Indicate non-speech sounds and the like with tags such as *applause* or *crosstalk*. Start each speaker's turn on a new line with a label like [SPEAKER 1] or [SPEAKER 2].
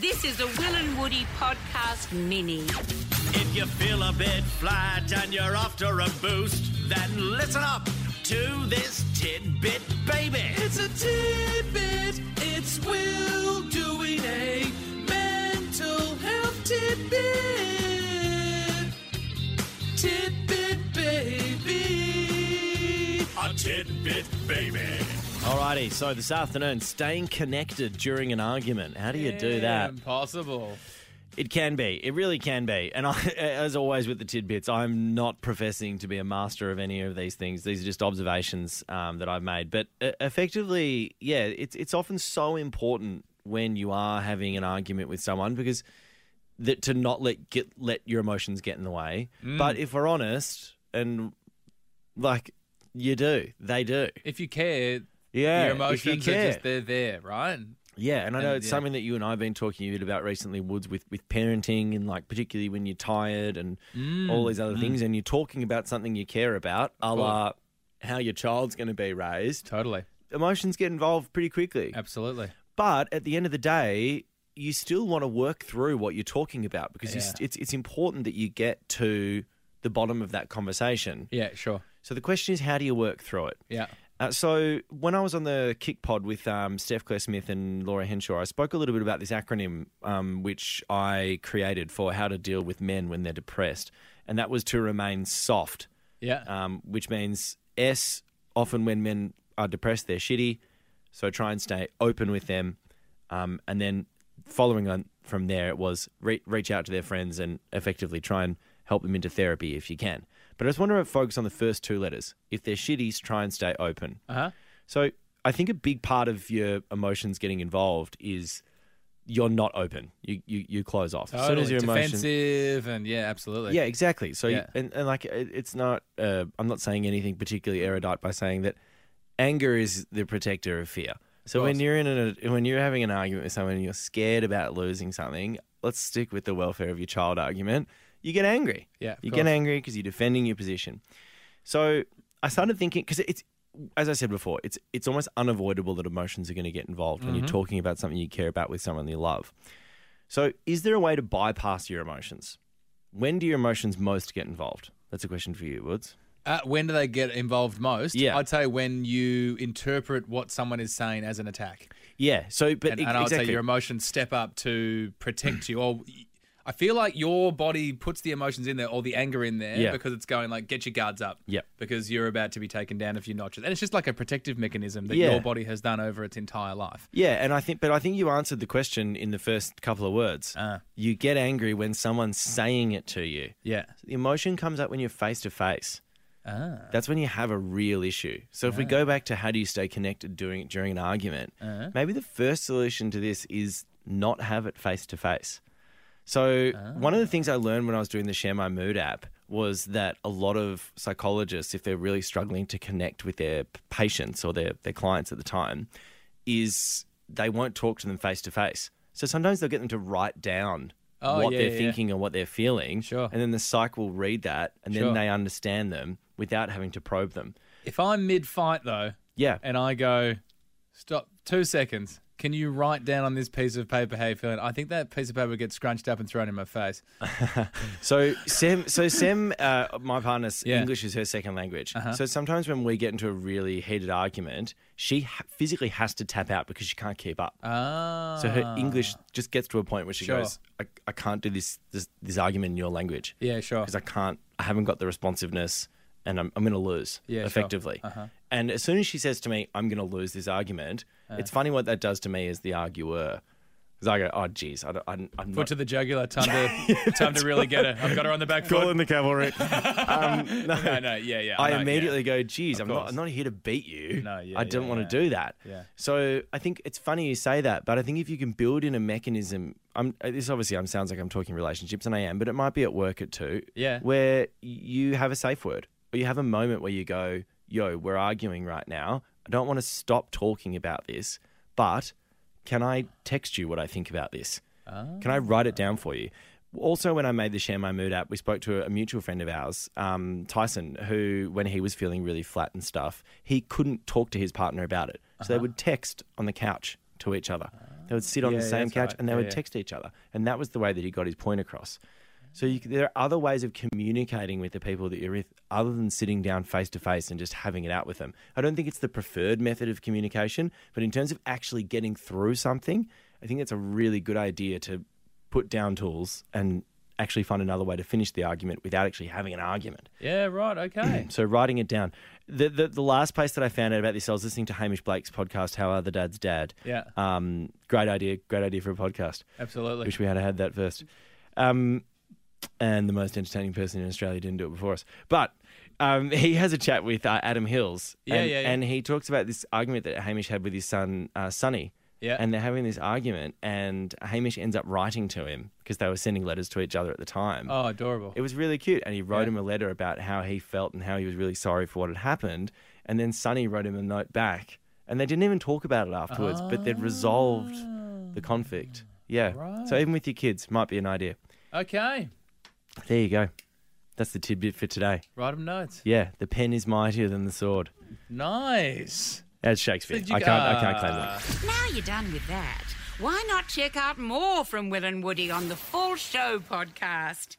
[SPEAKER 1] This is a Will and Woody podcast mini.
[SPEAKER 2] If you feel a bit flat and you're after a boost, then listen up to this tidbit baby. It's a tidbit. It's Will doing a mental health tidbit. Tidbit baby. A tidbit baby. Alrighty, so this afternoon, staying connected during an argument. How do you do that?
[SPEAKER 3] Impossible.
[SPEAKER 2] It can be. It really can be. And I, *laughs* as always with the tidbits, I'm not professing to be a master of any of these things. These are just observations um, that I've made. But uh, effectively, yeah, it's it's often so important when you are having an argument with someone because that to not let get let your emotions get in the way. But if we're honest, and like you do, they do.
[SPEAKER 3] If you care,
[SPEAKER 2] Yeah,
[SPEAKER 3] your
[SPEAKER 2] if you
[SPEAKER 3] emotions
[SPEAKER 2] care.
[SPEAKER 3] are just they're there, right?
[SPEAKER 2] Yeah, and I know
[SPEAKER 3] And,
[SPEAKER 2] it's
[SPEAKER 3] yeah.
[SPEAKER 2] something that you and I have been talking a bit about recently, Woods, with, with parenting and like particularly when you're tired and all these
[SPEAKER 3] Mm,
[SPEAKER 2] other things, and you're talking about something you care about, a la how your child's going to be raised.
[SPEAKER 3] Totally.
[SPEAKER 2] Emotions get involved pretty quickly.
[SPEAKER 3] Absolutely.
[SPEAKER 2] But at the end of the day, you still want to work through what you're talking about because you
[SPEAKER 3] Yeah.
[SPEAKER 2] st- it's, it's important that you get to the bottom of that conversation.
[SPEAKER 3] Yeah, sure.
[SPEAKER 2] So the question is, how do you work through it?
[SPEAKER 3] Yeah.
[SPEAKER 2] Uh, so when I was on the Kick Pod with um, Steph Claire Smith and Laura Henshaw, I spoke a little bit about this acronym um, which I created for how to deal with men when they're depressed, and that was to remain soft,
[SPEAKER 3] Yeah.
[SPEAKER 2] um, which means S. Often when men are depressed, they're shitty, so try and stay open with them, um, and then following on from there, it was re- reach out to their friends and effectively try and help them into therapy if you can. But I just want to focus on the first two letters. If they're shitties, try and stay open.
[SPEAKER 3] uh-huh.
[SPEAKER 2] So I think a big part of your emotions getting involved is you're not open. You you, you close off. As soon as
[SPEAKER 3] Totally.
[SPEAKER 2] your emotions.
[SPEAKER 3] defensive and yeah, absolutely.
[SPEAKER 2] Yeah, exactly. So,
[SPEAKER 3] Yeah.
[SPEAKER 2] You, and, and like, it, it's not, uh, I'm not saying anything particularly erudite by saying that anger is the protector of fear. So when
[SPEAKER 3] course.
[SPEAKER 2] you're in a, when you're having an argument with someone and you're scared about losing something, let's stick with the welfare of your child argument. You get angry.
[SPEAKER 3] Yeah, of
[SPEAKER 2] You get
[SPEAKER 3] course.
[SPEAKER 2] angry because you're defending your position. So I started thinking, because it's, as I said before, it's it's almost unavoidable that emotions are going to get involved when
[SPEAKER 3] Mm-hmm.
[SPEAKER 2] you're talking about something you care about with someone you love. So, is there a way to bypass your emotions? When do your emotions most get involved? That's a question for you, Woods.
[SPEAKER 3] Uh, when do they get involved most?
[SPEAKER 2] Yeah.
[SPEAKER 3] I'd say when you interpret what someone is saying as an attack.
[SPEAKER 2] Yeah. So, *laughs* but
[SPEAKER 3] And,
[SPEAKER 2] e-
[SPEAKER 3] and I'd
[SPEAKER 2] exactly.
[SPEAKER 3] say your emotions step up to protect you. Or I feel like your body puts the emotions in there or the anger in there
[SPEAKER 2] Yeah.
[SPEAKER 3] because it's going like, get your guards up.
[SPEAKER 2] Yep.
[SPEAKER 3] Because you're about to be taken down if you notch it. And it's just like a protective mechanism that
[SPEAKER 2] Yeah.
[SPEAKER 3] your body has done over its entire life.
[SPEAKER 2] yeah, and I think, but I think you answered the question in the first couple of words.
[SPEAKER 3] Uh.
[SPEAKER 2] You get angry when someone's saying it to you.
[SPEAKER 3] Yeah.
[SPEAKER 2] The emotion comes up when you're face to face.
[SPEAKER 3] Ah.
[SPEAKER 2] That's when you have a real issue. So if we go back to how do you stay connected during during an argument,
[SPEAKER 3] Ah.
[SPEAKER 2] maybe the first solution to this is not have it face to face. So
[SPEAKER 3] Ah.
[SPEAKER 2] one of the things I learned when I was doing the Share My Mood app was that a lot of psychologists, if they're really struggling to connect with their p- patients or their, their clients at the time, is they won't talk to them face to face. So sometimes they'll get them to write down
[SPEAKER 3] Oh,
[SPEAKER 2] what
[SPEAKER 3] yeah,
[SPEAKER 2] they're
[SPEAKER 3] yeah, yeah.
[SPEAKER 2] thinking and what they're feeling.
[SPEAKER 3] Sure.
[SPEAKER 2] And then the psych will read that and then
[SPEAKER 3] Sure.
[SPEAKER 2] they understand them without having to probe them.
[SPEAKER 3] If I'm mid fight though,
[SPEAKER 2] Yeah.
[SPEAKER 3] and I go, stop, two seconds. Can you write down on this piece of paper how you're feeling? I think that piece of paper gets scrunched up and thrown in my face.
[SPEAKER 2] So Sam, so Sam, uh, my partner's
[SPEAKER 3] Yeah. Uh-huh.
[SPEAKER 2] English is her second language. So sometimes when we get into a really heated argument, she ha- physically has to tap out because she can't keep up.
[SPEAKER 3] Ah.
[SPEAKER 2] so her English just gets to a point where she
[SPEAKER 3] Sure.
[SPEAKER 2] goes, I, "I can't do this this, this argument in your language."
[SPEAKER 3] Yeah, sure.
[SPEAKER 2] because I can't, I haven't got the responsiveness and I'm, I'm going to lose
[SPEAKER 3] Yeah, sure. Uh-huh.
[SPEAKER 2] effectively. And as soon as she says to me, I'm going to lose this argument,
[SPEAKER 3] Uh.
[SPEAKER 2] it's funny what that does to me as the arguer. Because I go, oh, geez, I don't, I'm, I'm
[SPEAKER 3] Foot
[SPEAKER 2] not
[SPEAKER 3] to the jugular. Time to,
[SPEAKER 2] *laughs*
[SPEAKER 3] time to really get her. I've got her on the back foot.
[SPEAKER 2] the cavalry. *laughs* um, no,
[SPEAKER 3] *laughs* No, no, yeah, yeah.
[SPEAKER 2] I
[SPEAKER 3] know, yeah.
[SPEAKER 2] immediately go, geez, I'm not,
[SPEAKER 3] course.
[SPEAKER 2] I'm not here to beat you.
[SPEAKER 3] No, yeah,
[SPEAKER 2] I don't
[SPEAKER 3] yeah,
[SPEAKER 2] want
[SPEAKER 3] yeah.
[SPEAKER 2] to do that.
[SPEAKER 3] Yeah.
[SPEAKER 2] So I think it's funny you say that, but I think if you can build in a mechanism, I'm, uh, this obviously I'm, sounds like I'm talking relationships, and I am, but it might be at work at two,
[SPEAKER 3] Yeah.
[SPEAKER 2] where you have a safe word or you have a moment where you go, yo, we're arguing right now. I don't want to stop talking about this, but can I text you what I think about this? Can I write it down for you? Also, when I made the Share My Mood app, we spoke to a mutual friend of ours, um, Tyson, who, when he was feeling really flat and
[SPEAKER 3] Uh-huh.
[SPEAKER 2] stuff, he couldn't talk to his partner about it. So they would text on the couch to each other. They would sit on
[SPEAKER 3] Yeah,
[SPEAKER 2] the
[SPEAKER 3] yeah,
[SPEAKER 2] same
[SPEAKER 3] that's
[SPEAKER 2] couch
[SPEAKER 3] right.
[SPEAKER 2] and they
[SPEAKER 3] Yeah,
[SPEAKER 2] would
[SPEAKER 3] yeah.
[SPEAKER 2] text each other. And that was the way that he got his point across. So you, c- there are other ways of communicating with the people that you're with other than sitting down face to face and just having it out with them. I don't think it's the preferred method of communication, but in terms of actually getting through something, I think it's a really good idea to put down tools and actually find another way to finish the argument without actually having an argument.
[SPEAKER 3] Yeah, right.
[SPEAKER 2] *clears throat*
[SPEAKER 3] Okay.
[SPEAKER 2] So writing it down. The, the the last place that I found out about this, I was listening to Hamish Blake's podcast, How Are the Dad's Dad.
[SPEAKER 3] Yeah.
[SPEAKER 2] Um, great idea, great idea for a podcast.
[SPEAKER 3] Absolutely.
[SPEAKER 2] Wish we had had that first. Um, and the most entertaining person in Australia didn't do it before us. But um, *laughs* he has a chat with uh, Adam Hills.
[SPEAKER 3] Yeah,
[SPEAKER 2] and,
[SPEAKER 3] yeah, yeah.
[SPEAKER 2] and he talks about this argument that Hamish had with his son, uh, Sonny.
[SPEAKER 3] Yeah.
[SPEAKER 2] And they're having this argument, and Hamish ends up writing to him because they were sending letters to each other at the time.
[SPEAKER 3] Oh, adorable.
[SPEAKER 2] It was really cute. And he wrote
[SPEAKER 3] Yeah.
[SPEAKER 2] him a letter about how he felt and how he was really sorry for what had happened. And then Sonny wrote him a note back. And they didn't even talk about it afterwards, but they'd resolved the conflict. Yeah. So
[SPEAKER 3] Ah. Right.
[SPEAKER 2] even with your kids, might be an idea.
[SPEAKER 3] Okay.
[SPEAKER 2] There you go. That's the tidbit for today.
[SPEAKER 3] Write them notes.
[SPEAKER 2] Yeah, the pen is mightier than the sword.
[SPEAKER 3] Nice.
[SPEAKER 2] That's Shakespeare.
[SPEAKER 3] Did you-
[SPEAKER 2] I can't. I can't claim
[SPEAKER 3] Ah.
[SPEAKER 2] that.
[SPEAKER 1] Now you're done with that. Why not check out more from Will and Woody on the Full Show podcast?